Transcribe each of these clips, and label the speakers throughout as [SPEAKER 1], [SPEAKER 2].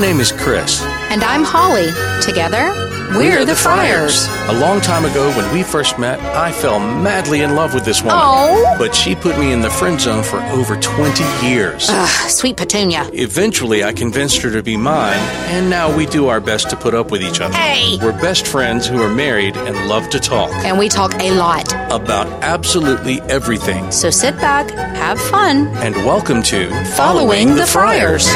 [SPEAKER 1] name is Chris.
[SPEAKER 2] And I'm Holly. Together, we're, the, Friars.
[SPEAKER 1] A long time ago, when we first met, I fell madly in love with this woman.
[SPEAKER 2] Oh.
[SPEAKER 1] But she put me in the friend zone for over 20 years.
[SPEAKER 2] Ugh, Ah, sweet Petunia.
[SPEAKER 1] Eventually, I convinced her to be mine, and now we do our best to put up with each other.
[SPEAKER 2] Hey.
[SPEAKER 1] We're best friends who are married and love to talk
[SPEAKER 2] And we talk a lot.
[SPEAKER 1] about absolutely everything.
[SPEAKER 2] So sit back, have fun.
[SPEAKER 1] And welcome to
[SPEAKER 2] Following the Friars.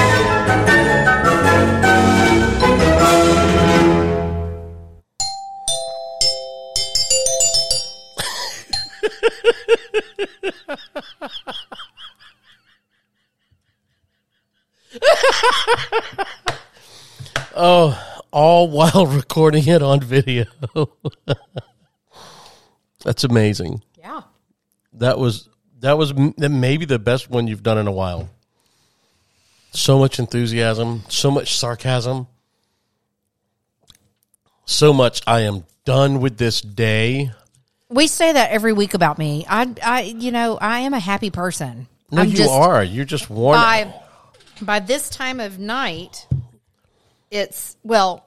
[SPEAKER 3] all while recording it on video. That's amazing.
[SPEAKER 2] Yeah.
[SPEAKER 3] That was that was m- maybe the best one you've done in a while. So much enthusiasm, so much sarcasm. So much I am done with this day.
[SPEAKER 4] We say that every week about me. I, I, you know, I am a happy person.
[SPEAKER 3] No,
[SPEAKER 4] I'm
[SPEAKER 3] you
[SPEAKER 4] just,
[SPEAKER 3] are. You're just worn
[SPEAKER 4] By, by this time of night, it's well.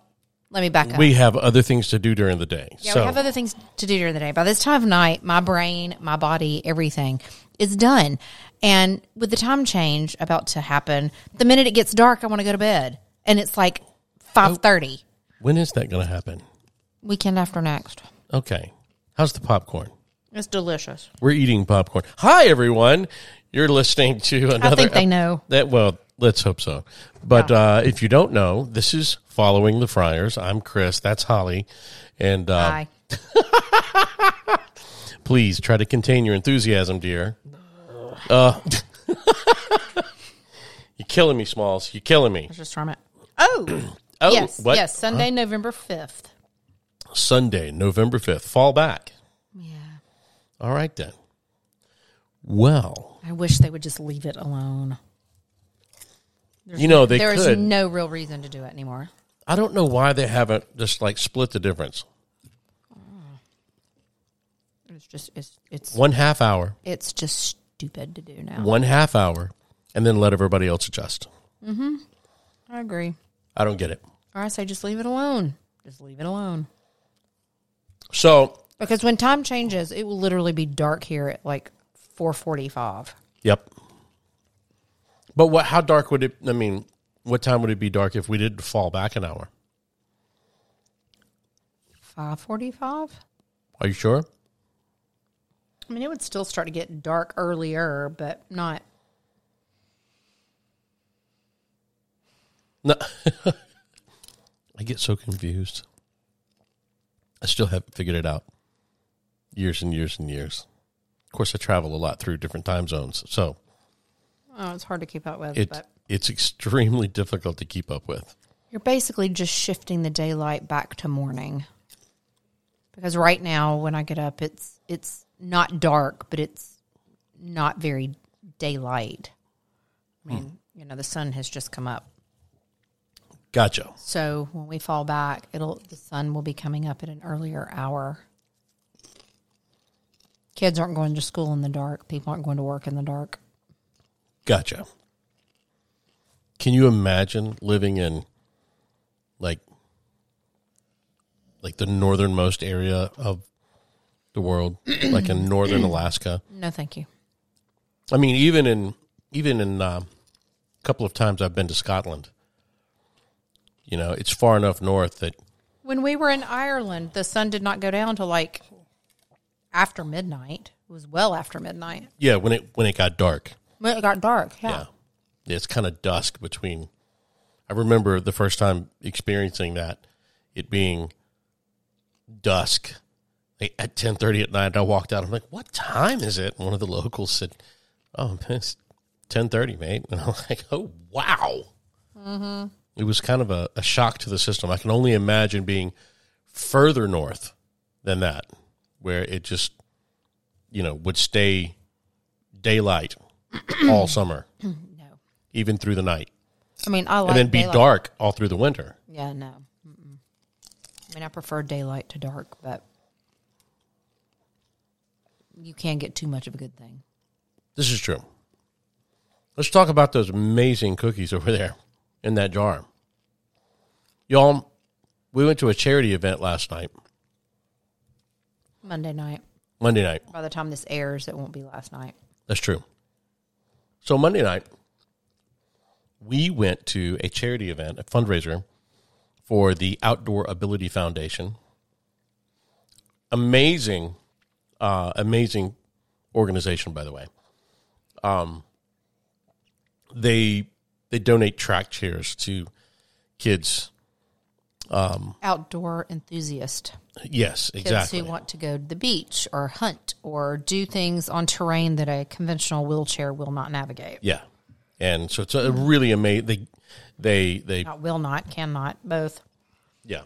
[SPEAKER 4] Let me back up.
[SPEAKER 3] We have other things to do during the day.
[SPEAKER 4] yeah,
[SPEAKER 3] so
[SPEAKER 4] we have other things to do during the day. By this time of night, my brain, my body, everything is done. And with the time change about to happen, the minute it gets dark, I want to go to bed, and it's like five thirty.
[SPEAKER 3] Oh. when is that going to happen?
[SPEAKER 4] Weekend after next.
[SPEAKER 3] Okay. How's the popcorn?
[SPEAKER 4] It's delicious.
[SPEAKER 3] We're eating popcorn. Hi, everyone. You're listening to another.
[SPEAKER 4] think they know.
[SPEAKER 3] That well, let's hope so. But uh, if you don't know, this is following the Friars. I'm Chris. That's Holly, and uh,
[SPEAKER 4] Bye.
[SPEAKER 3] please try to contain your enthusiasm, dear. Uh, you're killing me, Smalls. You're killing me.
[SPEAKER 4] Just from it. Oh.
[SPEAKER 3] Oh,
[SPEAKER 4] yes,
[SPEAKER 3] what?
[SPEAKER 4] yes, Sunday, November fifth.
[SPEAKER 3] Sunday, November fifth. Fall back.
[SPEAKER 4] Yeah,
[SPEAKER 3] All right then. Well,
[SPEAKER 4] I wish they would just leave it alone.
[SPEAKER 3] you know they
[SPEAKER 4] There is
[SPEAKER 3] could.
[SPEAKER 4] no real reason to do it anymore.
[SPEAKER 3] I don't know why they haven't just like split the difference.
[SPEAKER 4] It's just it's it's
[SPEAKER 3] One half hour.
[SPEAKER 4] it's just stupid to do now.
[SPEAKER 3] one half hour and then let everybody else adjust.
[SPEAKER 4] I agree.
[SPEAKER 3] I don't get it.
[SPEAKER 4] Or I say just leave it alone. Just leave it alone.
[SPEAKER 3] So,
[SPEAKER 4] Because when time changes, it will literally be dark here at like four forty five.
[SPEAKER 3] yep. But what? How dark would it? I mean, what time would it be dark if we did fall back an hour?
[SPEAKER 4] Five forty five?
[SPEAKER 3] Are you sure?
[SPEAKER 4] I mean it would still start to get dark earlier, but not
[SPEAKER 3] No. I get so confused. I still haven't figured it out. Years and years and years. Of course, I travel a lot through different time zones, so
[SPEAKER 4] oh, it's hard to keep up with,
[SPEAKER 3] it
[SPEAKER 4] but
[SPEAKER 3] it's extremely difficult to keep up with.
[SPEAKER 4] You're basically just shifting the daylight back to morning. Because right now when I get up it's it's not dark, but it's not very daylight. I mean, you know, the sun has just come up.
[SPEAKER 3] Gotcha.
[SPEAKER 4] So when we fall back, it'll the sun will be coming up at an earlier hour. Kids aren't going to school in the dark. People aren't going to work in the dark.
[SPEAKER 3] Gotcha. Can you imagine living in like like the northernmost area of the world, like in northern Alaska?
[SPEAKER 4] No, thank you.
[SPEAKER 3] I mean, even in even in uh, a couple of times I've been to Scotland. You know, it's far enough north that
[SPEAKER 4] When we were in Ireland, the sun did not go down till like after midnight. It was well after midnight.
[SPEAKER 3] yeah, when it when it got dark,
[SPEAKER 4] When it got dark, yeah.
[SPEAKER 3] yeah, it's kind of dusk between. I remember the first time experiencing that, it being dusk, like at ten thirty at night. I walked out. I'm like, "What time is it?" And one of the locals said, "Oh, it's ten thirty, mate." And I'm like, "Oh, wow." It was kind of a, a shock to the system. I can only imagine being further north than that, where it just, you know, would stay daylight all summer
[SPEAKER 4] No,
[SPEAKER 3] even through the night,
[SPEAKER 4] I mean I like
[SPEAKER 3] and then be
[SPEAKER 4] Oh, daylight.
[SPEAKER 3] dark all through the winter.
[SPEAKER 4] Yeah, no. Mm-mm. I mean, I prefer daylight to dark, but you can't get too much of a good thing.
[SPEAKER 3] This is true. Let's talk about those amazing cookies over there in that jar. Y'all, we went to a charity event last night,
[SPEAKER 4] Monday night.
[SPEAKER 3] Monday night.
[SPEAKER 4] By the time this airs, it won't be last night.
[SPEAKER 3] That's true. So Monday night, we went to a charity event, a fundraiser for the Outdoor Ability Foundation. Amazing, uh, amazing organization, by the way. Um, they they donate track chairs to kids.
[SPEAKER 4] Outdoor enthusiast.
[SPEAKER 3] Yes,
[SPEAKER 4] Kids
[SPEAKER 3] exactly.
[SPEAKER 4] who want to go to the beach or hunt or do things on terrain that a conventional wheelchair will not navigate.
[SPEAKER 3] yeah, and so it's a really amazing. They they they
[SPEAKER 4] Not will not, cannot, both.
[SPEAKER 3] yeah.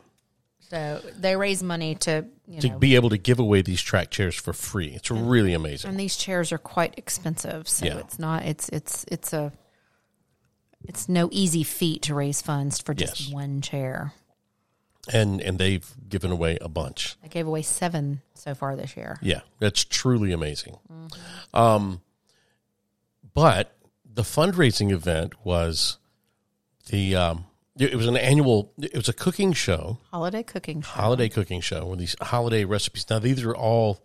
[SPEAKER 4] So they raise money to, you
[SPEAKER 3] to
[SPEAKER 4] know, Mm-hmm.
[SPEAKER 3] be able to give away these track chairs for free. It's really amazing.
[SPEAKER 4] and these chairs are quite expensive. So
[SPEAKER 3] Yeah.
[SPEAKER 4] it's not, it's, it's, it's a, it's no easy feat to raise funds for just
[SPEAKER 3] Yes.
[SPEAKER 4] one chair.
[SPEAKER 3] And and they've given away a bunch.
[SPEAKER 4] I gave away seven so far this year.
[SPEAKER 3] Yeah, that's truly amazing. Um,
[SPEAKER 4] Mm-hmm.
[SPEAKER 3] but the fundraising event was the um, it was an annual. It was a cooking show,
[SPEAKER 4] Holiday cooking show.
[SPEAKER 3] holiday cooking show, where these holiday recipes. Now these are all,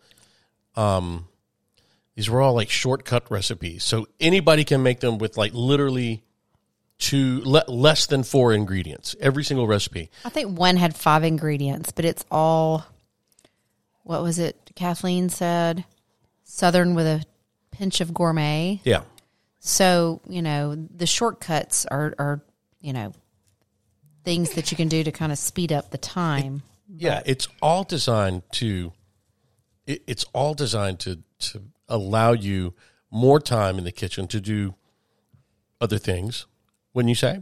[SPEAKER 3] um, these were all like shortcut recipes, so anybody can make them with like literally two le- less than four ingredients. Every single recipe.
[SPEAKER 4] I think one had five ingredients, but it's all what was it Kathleen said? Southern with a pinch of gourmet.
[SPEAKER 3] Yeah.
[SPEAKER 4] So, you know, the shortcuts are, are you know, things that you can do to kind of speed up the time.
[SPEAKER 3] Yeah, it's all designed to. It, it's all designed to to allow you more time in the kitchen to do other things. Wouldn't you say?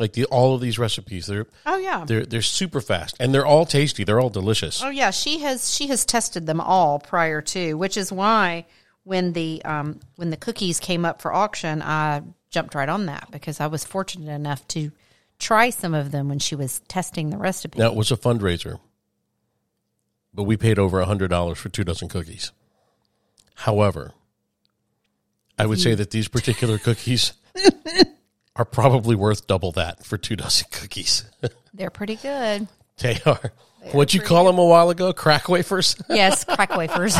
[SPEAKER 3] Like the all of these recipes, they're
[SPEAKER 4] Oh yeah.
[SPEAKER 3] they're they're super fast and they're all tasty. They're all delicious.
[SPEAKER 4] Oh yeah, she has she has tested them all prior to, which is why when the um, when the cookies came up for auction, I jumped right on that because I was fortunate enough to try some of them when she was testing the recipe.
[SPEAKER 3] Now it was a fundraiser, but we paid over hundred dollars for two dozen cookies. However, I would say that these particular cookies are probably worth double that for two dozen cookies.
[SPEAKER 4] They're pretty good.
[SPEAKER 3] They are. What'd you call them a while ago? Crack wafers?
[SPEAKER 4] Yes, crack wafers.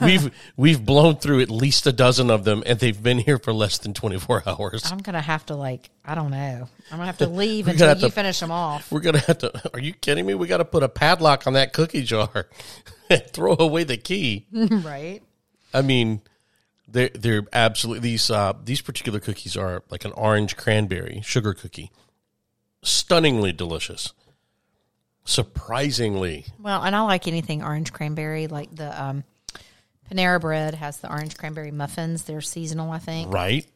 [SPEAKER 3] we've we've blown through at least a dozen of them, and they've been here for less than twenty four hours.
[SPEAKER 4] I'm gonna have to like I don't know. I'm gonna have to leave
[SPEAKER 3] We're
[SPEAKER 4] until
[SPEAKER 3] gonna have
[SPEAKER 4] you
[SPEAKER 3] to-
[SPEAKER 4] finish them off.
[SPEAKER 3] We're gonna have to. Are you kidding me? We got to put a padlock on that cookie jar, and throw away the key.
[SPEAKER 4] right?
[SPEAKER 3] I mean, they're they're absolutely these uh, these particular cookies are like an orange cranberry sugar cookie, stunningly delicious, surprisingly
[SPEAKER 4] Well, and I like anything orange cranberry, like the um, Panera Bread has the orange cranberry muffins. They're seasonal, I think.
[SPEAKER 3] right,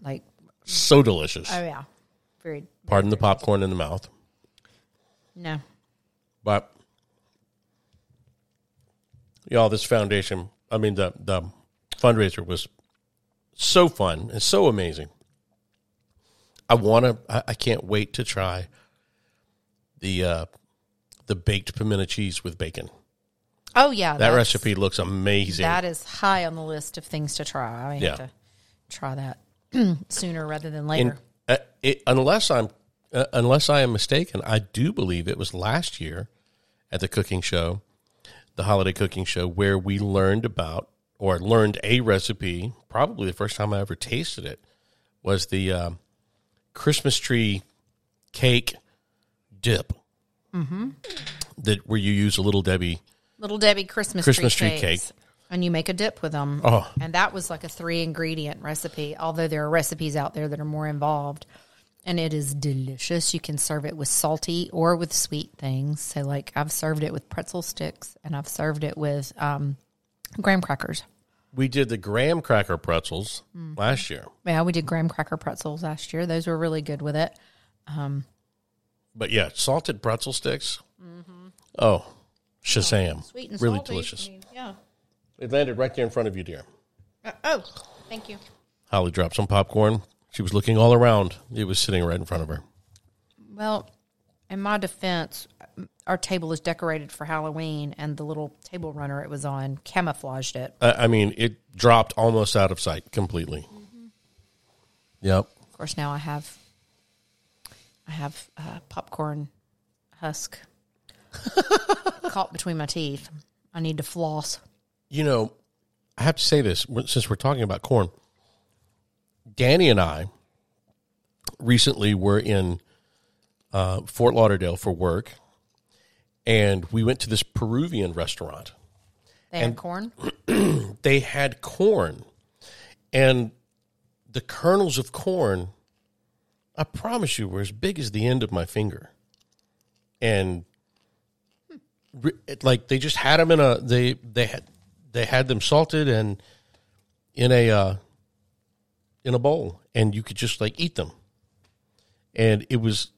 [SPEAKER 4] Like
[SPEAKER 3] so delicious.
[SPEAKER 4] oh yeah, very
[SPEAKER 3] Pardon the popcorn in the mouth.
[SPEAKER 4] No.
[SPEAKER 3] But y'all, this foundation, I mean the the fundraiser was so fun and so amazing. I want to. I, I can't wait to try the uh, the baked pimento cheese with bacon.
[SPEAKER 4] Oh yeah,
[SPEAKER 3] That
[SPEAKER 4] that's-
[SPEAKER 3] recipe looks amazing.
[SPEAKER 4] that is high on the list of things to try. I
[SPEAKER 3] Yeah.
[SPEAKER 4] have to try that sooner rather than later.
[SPEAKER 3] and uh, it, unless I'm uh, unless I am mistaken, I do believe it was last year at the cooking show, the holiday cooking show, where we learned about or learned a recipe. Probably the first time I ever tasted it was the um, Christmas tree cake dip that where you use a little Debbie.
[SPEAKER 4] Little Debbie Christmas
[SPEAKER 3] Christmas tree
[SPEAKER 4] tree cakes.
[SPEAKER 3] cake.
[SPEAKER 4] And you make a dip with them.
[SPEAKER 3] Oh.
[SPEAKER 4] And that was like a three ingredient recipe, although there are recipes out there that are more involved. And it is delicious. You can serve it with salty or with sweet things. So, like, I've served it with pretzel sticks and I've served it with um, graham crackers.
[SPEAKER 3] We did the graham cracker pretzels last year,
[SPEAKER 4] Yeah, we did graham cracker pretzels last year. Those were really good with it.
[SPEAKER 3] but yeah, salted pretzel sticks. Oh, Shazam!
[SPEAKER 4] Mm-hmm. Oh, Sweet and
[SPEAKER 3] really
[SPEAKER 4] salty.
[SPEAKER 3] delicious.
[SPEAKER 4] I mean, yeah.
[SPEAKER 3] It landed right there in front of you, dear.
[SPEAKER 4] Uh, oh, thank you.
[SPEAKER 3] Holly dropped some popcorn. She was looking all around. It was sitting right in front of her.
[SPEAKER 4] Well, in my defense, our table is decorated for Halloween, and the little table runner it was on camouflaged it. Mm-hmm.
[SPEAKER 3] I, I mean, it dropped almost out of sight completely. Yep.
[SPEAKER 4] course, now I have I have uh, popcorn husk caught between my teeth. I need to floss.
[SPEAKER 3] You know, I have to say this since we're talking about corn. Danny and I recently were in uh, Fort Lauderdale for work, and we went to this Peruvian restaurant.
[SPEAKER 4] They have corn.
[SPEAKER 3] They had corn, and the kernels of corn, I promise you, were as big as the end of my finger, and re- it- like they just had them in a they they had they had them salted and in a uh, in a bowl, and you could just like eat them, and it was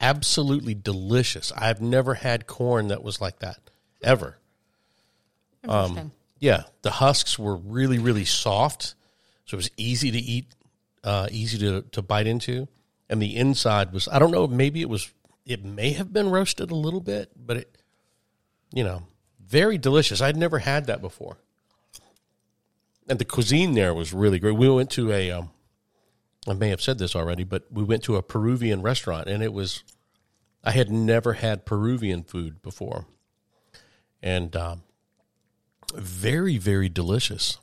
[SPEAKER 3] absolutely delicious. I've never had corn that was like that ever.
[SPEAKER 4] Interesting.
[SPEAKER 3] Yeah, the husks were really, really soft, so it was easy to eat, uh, easy to, to bite into, and the inside was I don't know maybe it was it may have been roasted a little bit, but it you know very delicious. I'd never had that before, and the cuisine there was really great. We went to a um, I may have said this already, but we went to a Peruvian restaurant, and it was I had never had Peruvian food before, and. Um, very very delicious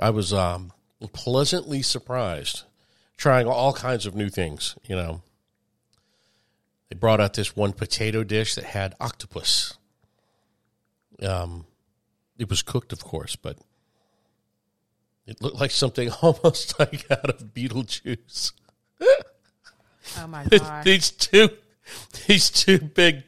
[SPEAKER 3] i was um, pleasantly surprised trying all kinds of new things you know they brought out this one potato dish that had octopus um, it was cooked of course but it looked like something almost like out of beetlejuice
[SPEAKER 4] Oh my god!
[SPEAKER 3] these two these two big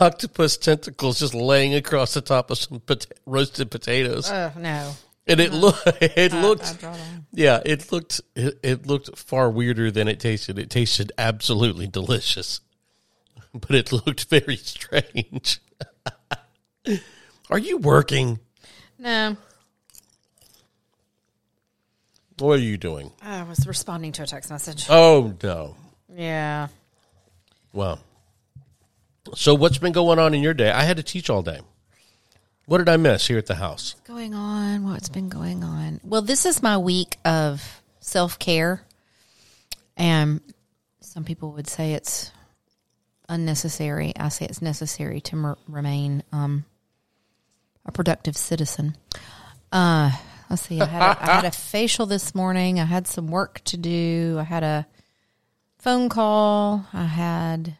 [SPEAKER 3] octopus tentacles just laying across the top of some pota- roasted potatoes
[SPEAKER 4] Oh no!
[SPEAKER 3] and it looked it
[SPEAKER 4] I
[SPEAKER 3] looked
[SPEAKER 4] draw the line.
[SPEAKER 3] yeah it looked it, it looked far weirder than it tasted it tasted absolutely delicious but it looked very strange are you working
[SPEAKER 4] No,
[SPEAKER 3] what are you doing
[SPEAKER 4] I was responding to a text message.
[SPEAKER 3] oh no
[SPEAKER 4] Yeah.
[SPEAKER 3] well so what's been going on in your day i had to teach all day what did i miss here at the house
[SPEAKER 4] going on? What's been going on? Well, this is my week of self care. And some people would say it's unnecessary. I say it's necessary to mer- remain um, a productive citizen. Uh, let's see. I had, a, I had a facial this morning. I had some work to do. I had a phone call. I had.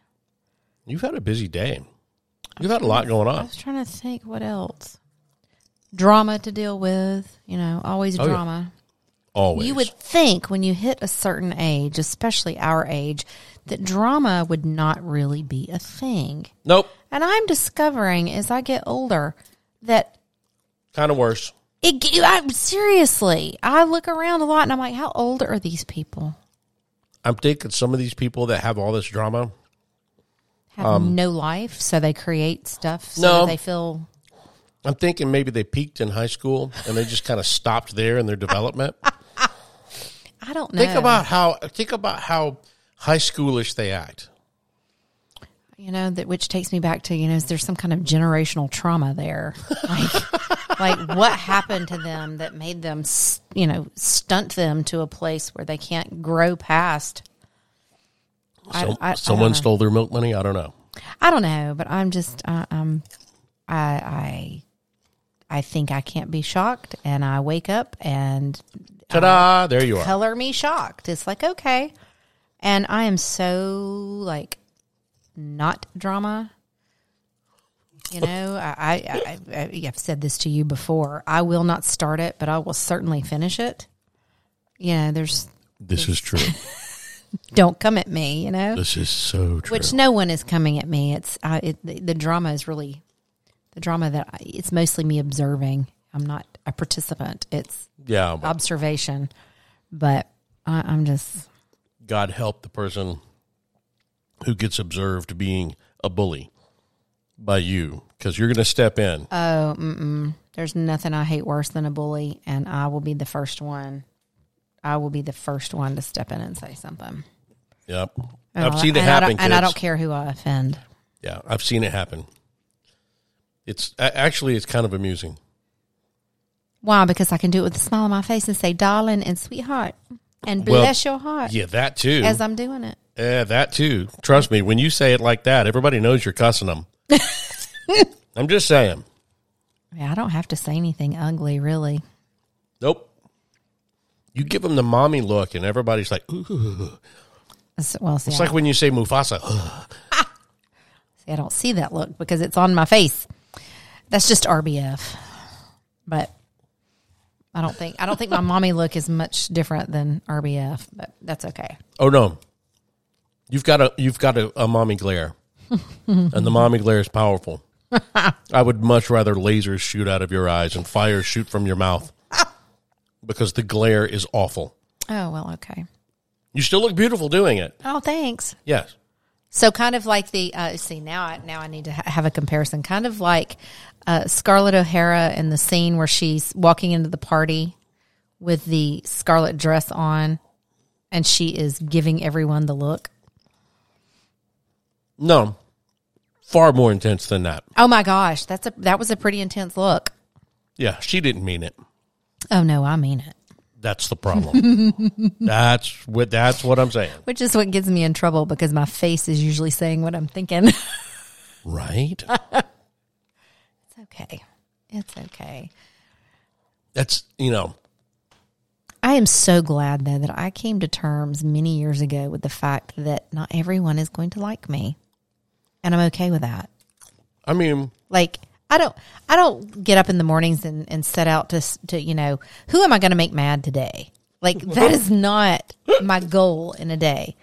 [SPEAKER 3] you've had a busy day you've had a lot going
[SPEAKER 4] I
[SPEAKER 3] on
[SPEAKER 4] was trying to think what else. Drama to deal with. You know, always
[SPEAKER 3] Oh, yeah.
[SPEAKER 4] drama.
[SPEAKER 3] always
[SPEAKER 4] You would think when you hit a certain age, especially our age, that drama would not really be a thing.
[SPEAKER 3] nope
[SPEAKER 4] And I'm discovering as I get older that
[SPEAKER 3] kind of worse
[SPEAKER 4] it. ge- I, seriously, I look around a lot and I'm like, how old are these people?
[SPEAKER 3] i'm thinking some of these people that have all this drama
[SPEAKER 4] Have no life, so they create stuff. So
[SPEAKER 3] Um, No.
[SPEAKER 4] that they feel
[SPEAKER 3] I'm thinking maybe they peaked in high school and they just kind of stopped there in their development.
[SPEAKER 4] I don't know.
[SPEAKER 3] Think about how think about how high schoolish they act.
[SPEAKER 4] you know that which takes me back to you know is there some kind of generational trauma there like like what happened to them that made them s- you know stunt them to a place where they can't grow past I-
[SPEAKER 3] Some,
[SPEAKER 4] I- I
[SPEAKER 3] someone
[SPEAKER 4] don't know.
[SPEAKER 3] stole their milk money. I don't know.
[SPEAKER 4] i don't know but i'm just uh, um i i i think i can't be shocked and i wake up and
[SPEAKER 3] Ta-da! there you are.
[SPEAKER 4] color me shocked it's like okay and i am so like not drama you know I, I, I, I i've said this to you before i will not start it but i will certainly finish it you know there's
[SPEAKER 3] This is true.
[SPEAKER 4] don't come at me you know
[SPEAKER 3] This is so true.
[SPEAKER 4] which no one is coming at me it's I, it, the, the drama is really the drama that I, it's mostly me observing i'm not a participant it's
[SPEAKER 3] yeah. but
[SPEAKER 4] observation but I, i'm just
[SPEAKER 3] God help the person who gets observed being a bully by you because you're going to step in.
[SPEAKER 4] Uh, There's nothing I hate worse than a bully, and I will be the first one. I will be the first one to step in and say something.
[SPEAKER 3] yep.
[SPEAKER 4] And
[SPEAKER 3] I've
[SPEAKER 4] I'll-
[SPEAKER 3] seen it
[SPEAKER 4] and I
[SPEAKER 3] happen.
[SPEAKER 4] don't- and I
[SPEAKER 3] kids.
[SPEAKER 4] don't care who I offend.
[SPEAKER 3] Yeah, I've seen it happen. It's a- actually it's kind of amusing.
[SPEAKER 4] Why? Because I can do it with a smile on my face and say, "Darling" and "Sweetheart." and
[SPEAKER 3] Well,
[SPEAKER 4] bless your heart
[SPEAKER 3] Yeah, that too.
[SPEAKER 4] Uh, as I'm doing it.
[SPEAKER 3] Yeah, Eh, that too. Trust me, when you say it like that, everybody knows you're cussing them. I'm just saying.
[SPEAKER 4] Yeah, I don't have to say anything ugly, really.
[SPEAKER 3] Nope. You give them the mommy look, and everybody's like, ooh.
[SPEAKER 4] It's- well, see,
[SPEAKER 3] It's
[SPEAKER 4] I,
[SPEAKER 3] like when you say Mufasa. "Ugh."
[SPEAKER 4] see, I don't see that look because it's on my face. That's just RBF, but I don't think I don't think my mommy look is much different than RBF, but that's okay.
[SPEAKER 3] Oh no, you've got a you've got a, a mommy glare, and the mommy glare is powerful. I would much rather lasers shoot out of your eyes and fire shoot from your mouth because the glare is awful.
[SPEAKER 4] Oh well, okay.
[SPEAKER 3] You still look beautiful doing it.
[SPEAKER 4] Oh, thanks.
[SPEAKER 3] Yes.
[SPEAKER 4] So kind of like the uh, see now I now I need to ha- have a comparison. Kind of like uh, Scarlett O'Hara in the scene where she's walking into the party with the scarlet dress on, and she is giving everyone the look.
[SPEAKER 3] No. Far more intense than that.
[SPEAKER 4] Oh my gosh, that's a that was a pretty intense look.
[SPEAKER 3] Yeah, she didn't mean it.
[SPEAKER 4] Oh no, I mean it.
[SPEAKER 3] That's the problem. that's what that's what I'm saying.
[SPEAKER 4] Which is what gets me in trouble because my face is usually saying what I'm thinking. it's
[SPEAKER 3] Right?
[SPEAKER 4] okay. It's okay.
[SPEAKER 3] That's you know,
[SPEAKER 4] I am so glad though that I came to terms many years ago with the fact that not everyone is going to like me. And I'm okay with that.
[SPEAKER 3] I mean,
[SPEAKER 4] Like I don't I don't get up in the mornings and, and set out to s- to you know, who am I going to make mad today? Like that is not my goal in a day.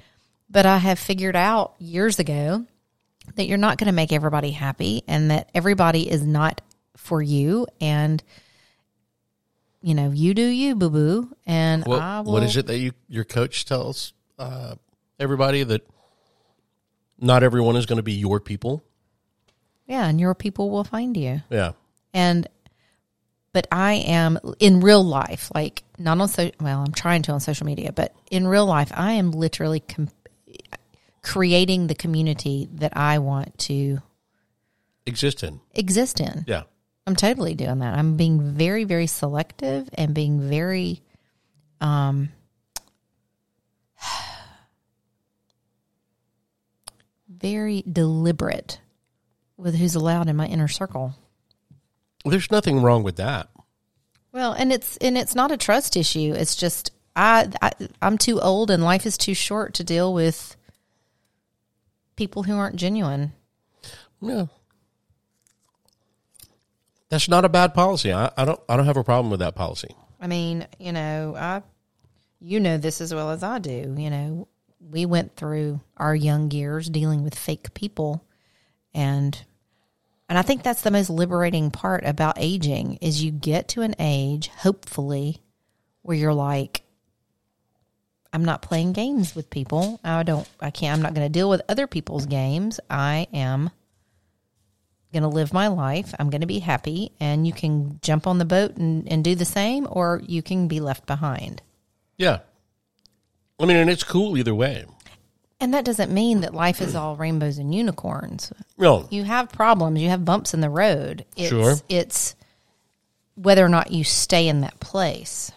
[SPEAKER 4] But I have figured out years ago that you're not going to make everybody happy and that everybody is not for you and you know, you do you, boo boo, and
[SPEAKER 3] what,
[SPEAKER 4] I will.
[SPEAKER 3] what is it that you your coach tells uh, everybody that not everyone is going to be your people?
[SPEAKER 4] Yeah, and your people will find you.
[SPEAKER 3] Yeah.
[SPEAKER 4] And but I am in real life, like not on so well, I'm trying to on social media, but in real life, I am literally com- creating the community that I want to
[SPEAKER 3] Exist in.
[SPEAKER 4] exist in.
[SPEAKER 3] Yeah.
[SPEAKER 4] I'm totally doing that. I'm being very, very selective and being very, um, very deliberate with who's allowed in my inner circle.
[SPEAKER 3] There's nothing wrong with that.
[SPEAKER 4] Well, and it's and it's not a trust issue. It's just I, I I'm too old and life is too short to deal with people who aren't genuine.
[SPEAKER 3] Yeah. That's not a bad policy. I, I don't I don't have a problem with that policy.
[SPEAKER 4] I mean, you know, I, you know this as well as I do. You know, we went through our young years dealing with fake people, and and I think that's the most liberating part about aging is you get to an age, hopefully, where you're like, I'm not playing games with people. I don't. I can't. I'm not going to deal with other people's games. I am going to live my life. I'm going to be happy. And you can jump on the boat and, and do the same, or you can be left behind.
[SPEAKER 3] Yeah. I mean, and it's cool either way.
[SPEAKER 4] And that doesn't mean that life is all rainbows and unicorns.
[SPEAKER 3] No.
[SPEAKER 4] You have problems, you have bumps in the road. It's,
[SPEAKER 3] Sure.
[SPEAKER 4] It's whether or not you stay in that place.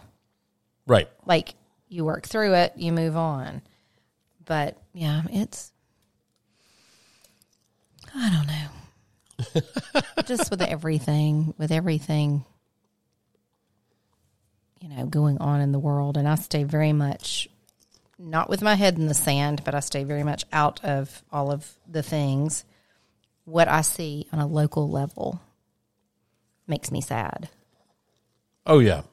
[SPEAKER 3] Right.
[SPEAKER 4] Like you work through it, you move on. But yeah, it's, I don't know. Just with everything, with everything you know, going on in the world. And I stay very much, not with my head in the sand, but I stay very much out of all of the things. What I see on a local level makes me sad.
[SPEAKER 3] Oh yeah.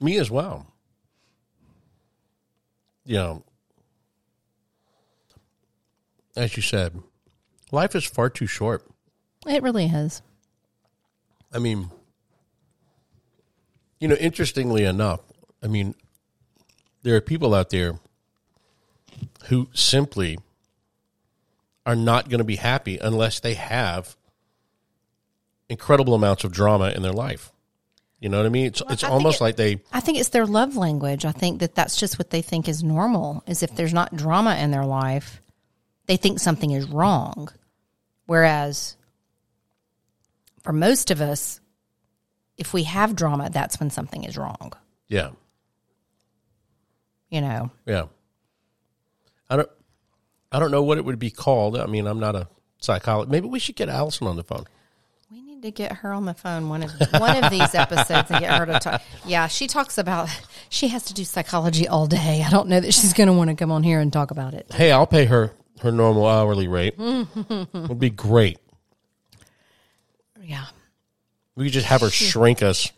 [SPEAKER 3] Me as well. You know, as you said, life is far too short.
[SPEAKER 4] It really is.
[SPEAKER 3] I mean, you know, interestingly enough, I mean, there are people out there who simply are not going to be happy unless they have incredible amounts of drama in their life. You know what I mean? It's it's
[SPEAKER 4] I think
[SPEAKER 3] almost
[SPEAKER 4] it-
[SPEAKER 3] like they
[SPEAKER 4] I think it's their love language. I think that that's just what they think is normal. Is if there's not drama in their life, they think something is wrong. Whereas for most of us, if we have drama, that's when something is wrong.
[SPEAKER 3] yeah.
[SPEAKER 4] you know.
[SPEAKER 3] Yeah. I don't I don't know what it would be called. I mean, I'm not a psychologist. Maybe we should get Allison on the phone.
[SPEAKER 4] We need to get her on the phone one of one of these episodes and get her to talk. Yeah, she talks about she has to do psychology all day. I don't know that she's going to want to come on here and talk about it.
[SPEAKER 3] Hey, I'll pay her her normal hourly rate. would be great.
[SPEAKER 4] Yeah.
[SPEAKER 3] We could just have her shrink us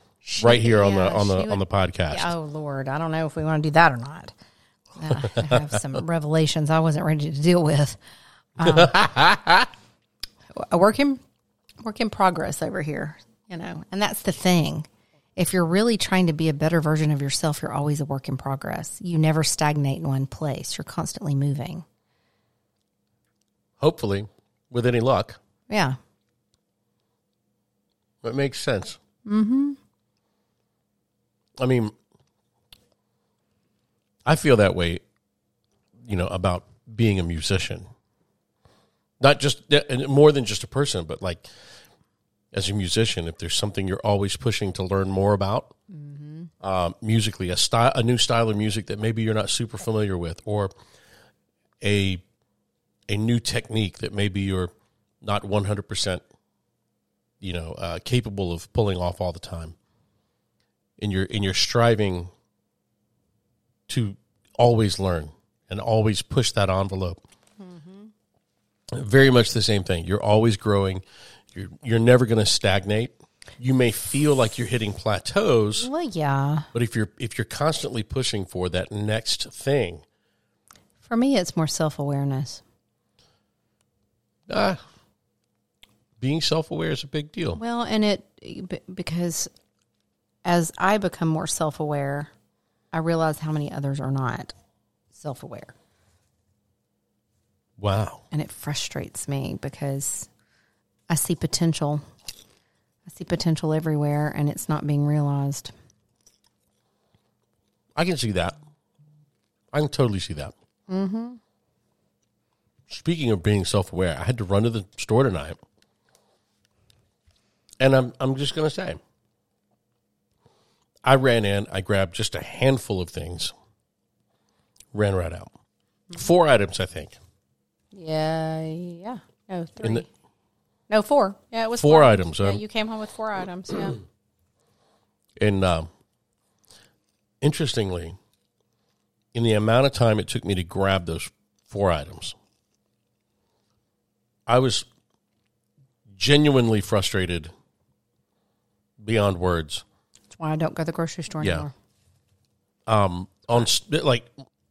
[SPEAKER 3] right here on the
[SPEAKER 4] yeah,
[SPEAKER 3] on the
[SPEAKER 4] she
[SPEAKER 3] on the
[SPEAKER 4] would-
[SPEAKER 3] podcast.
[SPEAKER 4] Yeah, oh Lord, I don't know if we want to do that or not. Uh, I have some revelations I wasn't ready to deal with. Um, a work in work in progress over here, you know, and that's the thing. If you're really trying to be a better version of yourself, you're always a work in progress. You never stagnate in one place. You're constantly moving.
[SPEAKER 3] Hopefully, with any luck,
[SPEAKER 4] Yeah.
[SPEAKER 3] it makes sense. Mm-hmm. I mean, I feel that way, you know, about being a musician. Not just and more than just a person, but like as a musician, if there's something you're always pushing to learn more about um, musically, a style, a new style of music that maybe you're not super familiar with, or a a new technique that maybe you're not 100 percent you know uh, capable of pulling off all the time and you're and you're striving to always learn and always push that envelope very much the same thing you're always growing you're you're never going to stagnate you may feel like you're hitting plateaus
[SPEAKER 4] Well, yeah.
[SPEAKER 3] but if you're if you're constantly pushing for that next thing
[SPEAKER 4] For me, it's more self awareness.
[SPEAKER 3] ah, being self-aware is a big deal
[SPEAKER 4] Well, and it b- because as I become more self aware, I realize how many others are not self aware.
[SPEAKER 3] wow
[SPEAKER 4] And it frustrates me because I see potential. I see potential everywhere and it's not being realized.
[SPEAKER 3] I can see that. I can totally see that. Mm-hmm. Speaking of being self-aware, I had to run to the store tonight, and I'm I'm just gonna say, I ran in, I grabbed just a handful of things, ran right out, four items I think,
[SPEAKER 4] Yeah, yeah. No, three.
[SPEAKER 3] In the-
[SPEAKER 4] no, four. Yeah, it was
[SPEAKER 3] four items. um,
[SPEAKER 4] came home with four items. Yeah.
[SPEAKER 3] And um, interestingly, in the amount of time it took me to grab those four items, I was genuinely frustrated beyond words.
[SPEAKER 4] That's why I don't go to the grocery store
[SPEAKER 3] Yeah.
[SPEAKER 4] anymore.
[SPEAKER 3] Um, on s- like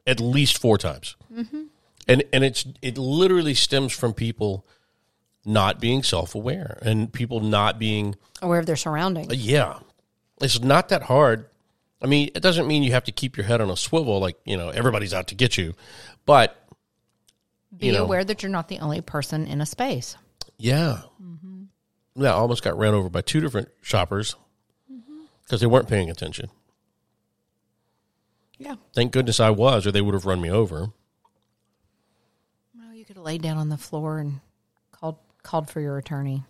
[SPEAKER 3] at least four times, and and it's it literally stems from people not being self aware and people not being
[SPEAKER 4] Aware of their surroundings.
[SPEAKER 3] Yeah. It's not that hard. I mean, it doesn't mean you have to keep your head on a swivel like, you know, everybody's out to get you. But
[SPEAKER 4] Be
[SPEAKER 3] you know.
[SPEAKER 4] aware that you're not the only person in a space.
[SPEAKER 3] yeah. Yeah, I almost got ran over by two different shoppers because they weren't paying attention.
[SPEAKER 4] Yeah.
[SPEAKER 3] Thank goodness I was, or they would have run me over.
[SPEAKER 4] Well, you could have laid down on the floor and called called for your attorney.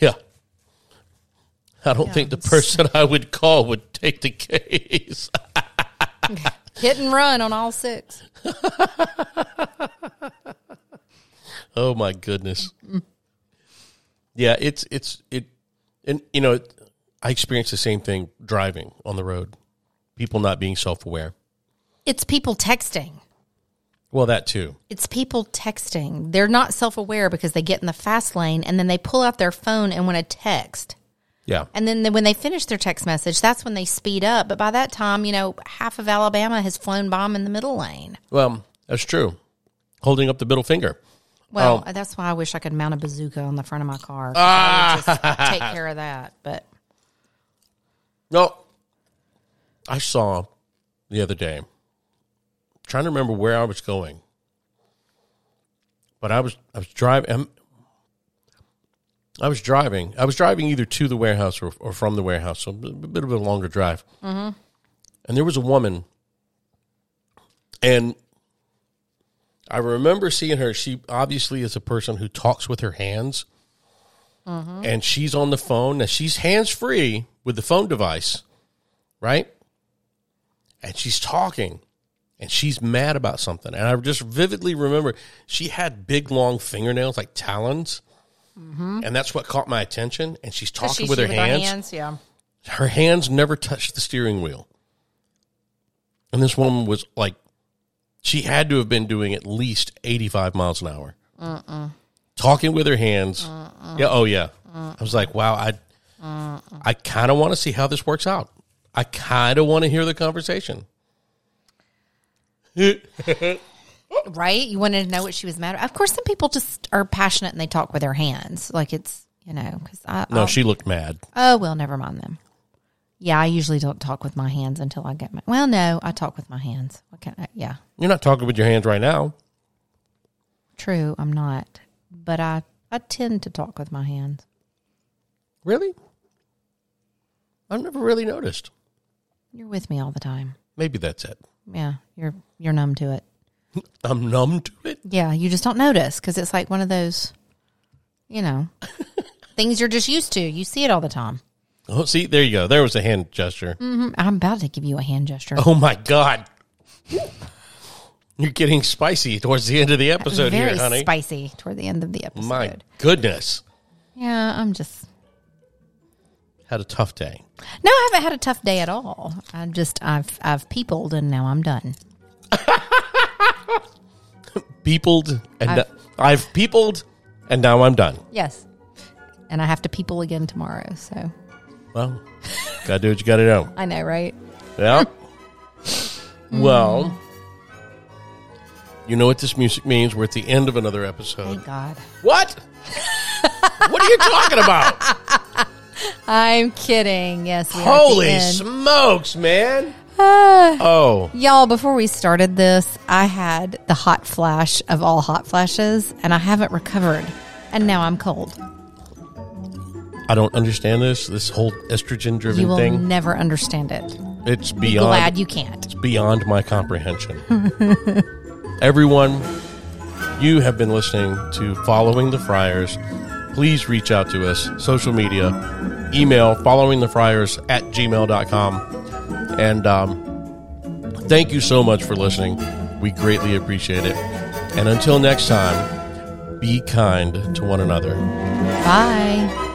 [SPEAKER 3] Yeah. I don't think the person I would call would take the case.
[SPEAKER 4] Hit and run on all six.
[SPEAKER 3] Oh my goodness. Yeah, it's it's it, and you know, it, I experienced the same thing driving on the road. People not being self aware.
[SPEAKER 4] It's people texting.
[SPEAKER 3] Well, that too.
[SPEAKER 4] It's people texting. They're not self aware because they get in the fast lane and then they pull out their phone and want to text.
[SPEAKER 3] Yeah,
[SPEAKER 4] And then when they finish their text message, that's when they speed up. But by that time, you know, half of Alabama has flown bomb in the middle lane.
[SPEAKER 3] well, that's true. Holding up the middle finger.
[SPEAKER 4] Well,
[SPEAKER 3] Oh.
[SPEAKER 4] that's why I wish I could mount a bazooka on the front of my car.
[SPEAKER 3] Ah.
[SPEAKER 4] I would just take care of that. But
[SPEAKER 3] No, I saw the other day. Trying to remember where I was going, but I was I was driving. I'm- I was driving. I was driving either to the warehouse or, or from the warehouse, so a bit of a longer drive. Mm-hmm. And there was a woman, and I remember seeing her. She obviously is a person who talks with her hands, and she's on the phone. Now she's hands free with the phone device, right? And she's talking and she's mad about something. And I just vividly remember she had big, long fingernails like talons. And that's what caught my attention. And she's talking
[SPEAKER 4] She's
[SPEAKER 3] with, her, hands.
[SPEAKER 4] yeah.
[SPEAKER 3] Her hands never touched the steering wheel. And this woman was like, she had to have been doing at least 85 miles an hour. Talking with her hands. Yeah. Oh, yeah. I was like, wow, I, I kind of want to see how this works out. I kind of want to hear the conversation.
[SPEAKER 4] Right? You wanted to know what she was mad at. Of course, some people just are passionate and they talk with their hands. Like it's, you know, because I.
[SPEAKER 3] No,
[SPEAKER 4] I'll-
[SPEAKER 3] she looked mad.
[SPEAKER 4] Oh, well, never mind them. Yeah, I usually don't talk with my hands until I get my. Well, no, I talk with my hands. What can I, yeah.
[SPEAKER 3] You're not talking with your hands right now.
[SPEAKER 4] True, I'm not. But I, I tend to talk with my hands.
[SPEAKER 3] Really? I've never really noticed.
[SPEAKER 4] You're with me all the time.
[SPEAKER 3] Maybe that's it.
[SPEAKER 4] Yeah, you're you're numb to it.
[SPEAKER 3] I'm numb to it.
[SPEAKER 4] Yeah, you just don't notice because it's like one of those, you know, things you're just used to. You see it all the time.
[SPEAKER 3] Oh, see, there you go. There was a hand gesture.
[SPEAKER 4] Mm, I'm about to give you a hand gesture.
[SPEAKER 3] Oh my god. You're getting spicy towards the end of the episode
[SPEAKER 4] Very
[SPEAKER 3] here, honey.
[SPEAKER 4] spicy toward the end of the episode.
[SPEAKER 3] my goodness.
[SPEAKER 4] Yeah, I'm just.
[SPEAKER 3] Had a tough day.
[SPEAKER 4] No, I haven't had a tough day at all. I just I've I've peopled and now I'm done.
[SPEAKER 3] Peopled and I've,
[SPEAKER 4] I've-
[SPEAKER 3] peopled and now I'm done.
[SPEAKER 4] Yes, and I have to people again tomorrow. So
[SPEAKER 3] Well, gotta do what you gotta do.
[SPEAKER 4] I know, right?
[SPEAKER 3] Yeah. well, you know what this music means. We're at the end of another episode.
[SPEAKER 4] Thank God.
[SPEAKER 3] What? what are you talking about?
[SPEAKER 4] I'm kidding. Yes. we are at the
[SPEAKER 3] Holy
[SPEAKER 4] end.
[SPEAKER 3] smokes, man. oh,
[SPEAKER 4] Y'all, before we started this, I had the hot flash of all hot flashes, and I haven't recovered. And now I'm cold.
[SPEAKER 3] I don't understand this. This whole estrogen
[SPEAKER 4] You
[SPEAKER 3] driven
[SPEAKER 4] will
[SPEAKER 3] thing.
[SPEAKER 4] never understand it.
[SPEAKER 3] it's
[SPEAKER 4] Be
[SPEAKER 3] beyond
[SPEAKER 4] glad you can't.
[SPEAKER 3] it's beyond my comprehension. Everyone, you have been listening to Following the Friars. Please reach out to us, social media, email, followingthefriars at gmail.com. And um, thank you so much for listening. We greatly appreciate it. And until next time, be kind to one another.
[SPEAKER 4] Bye.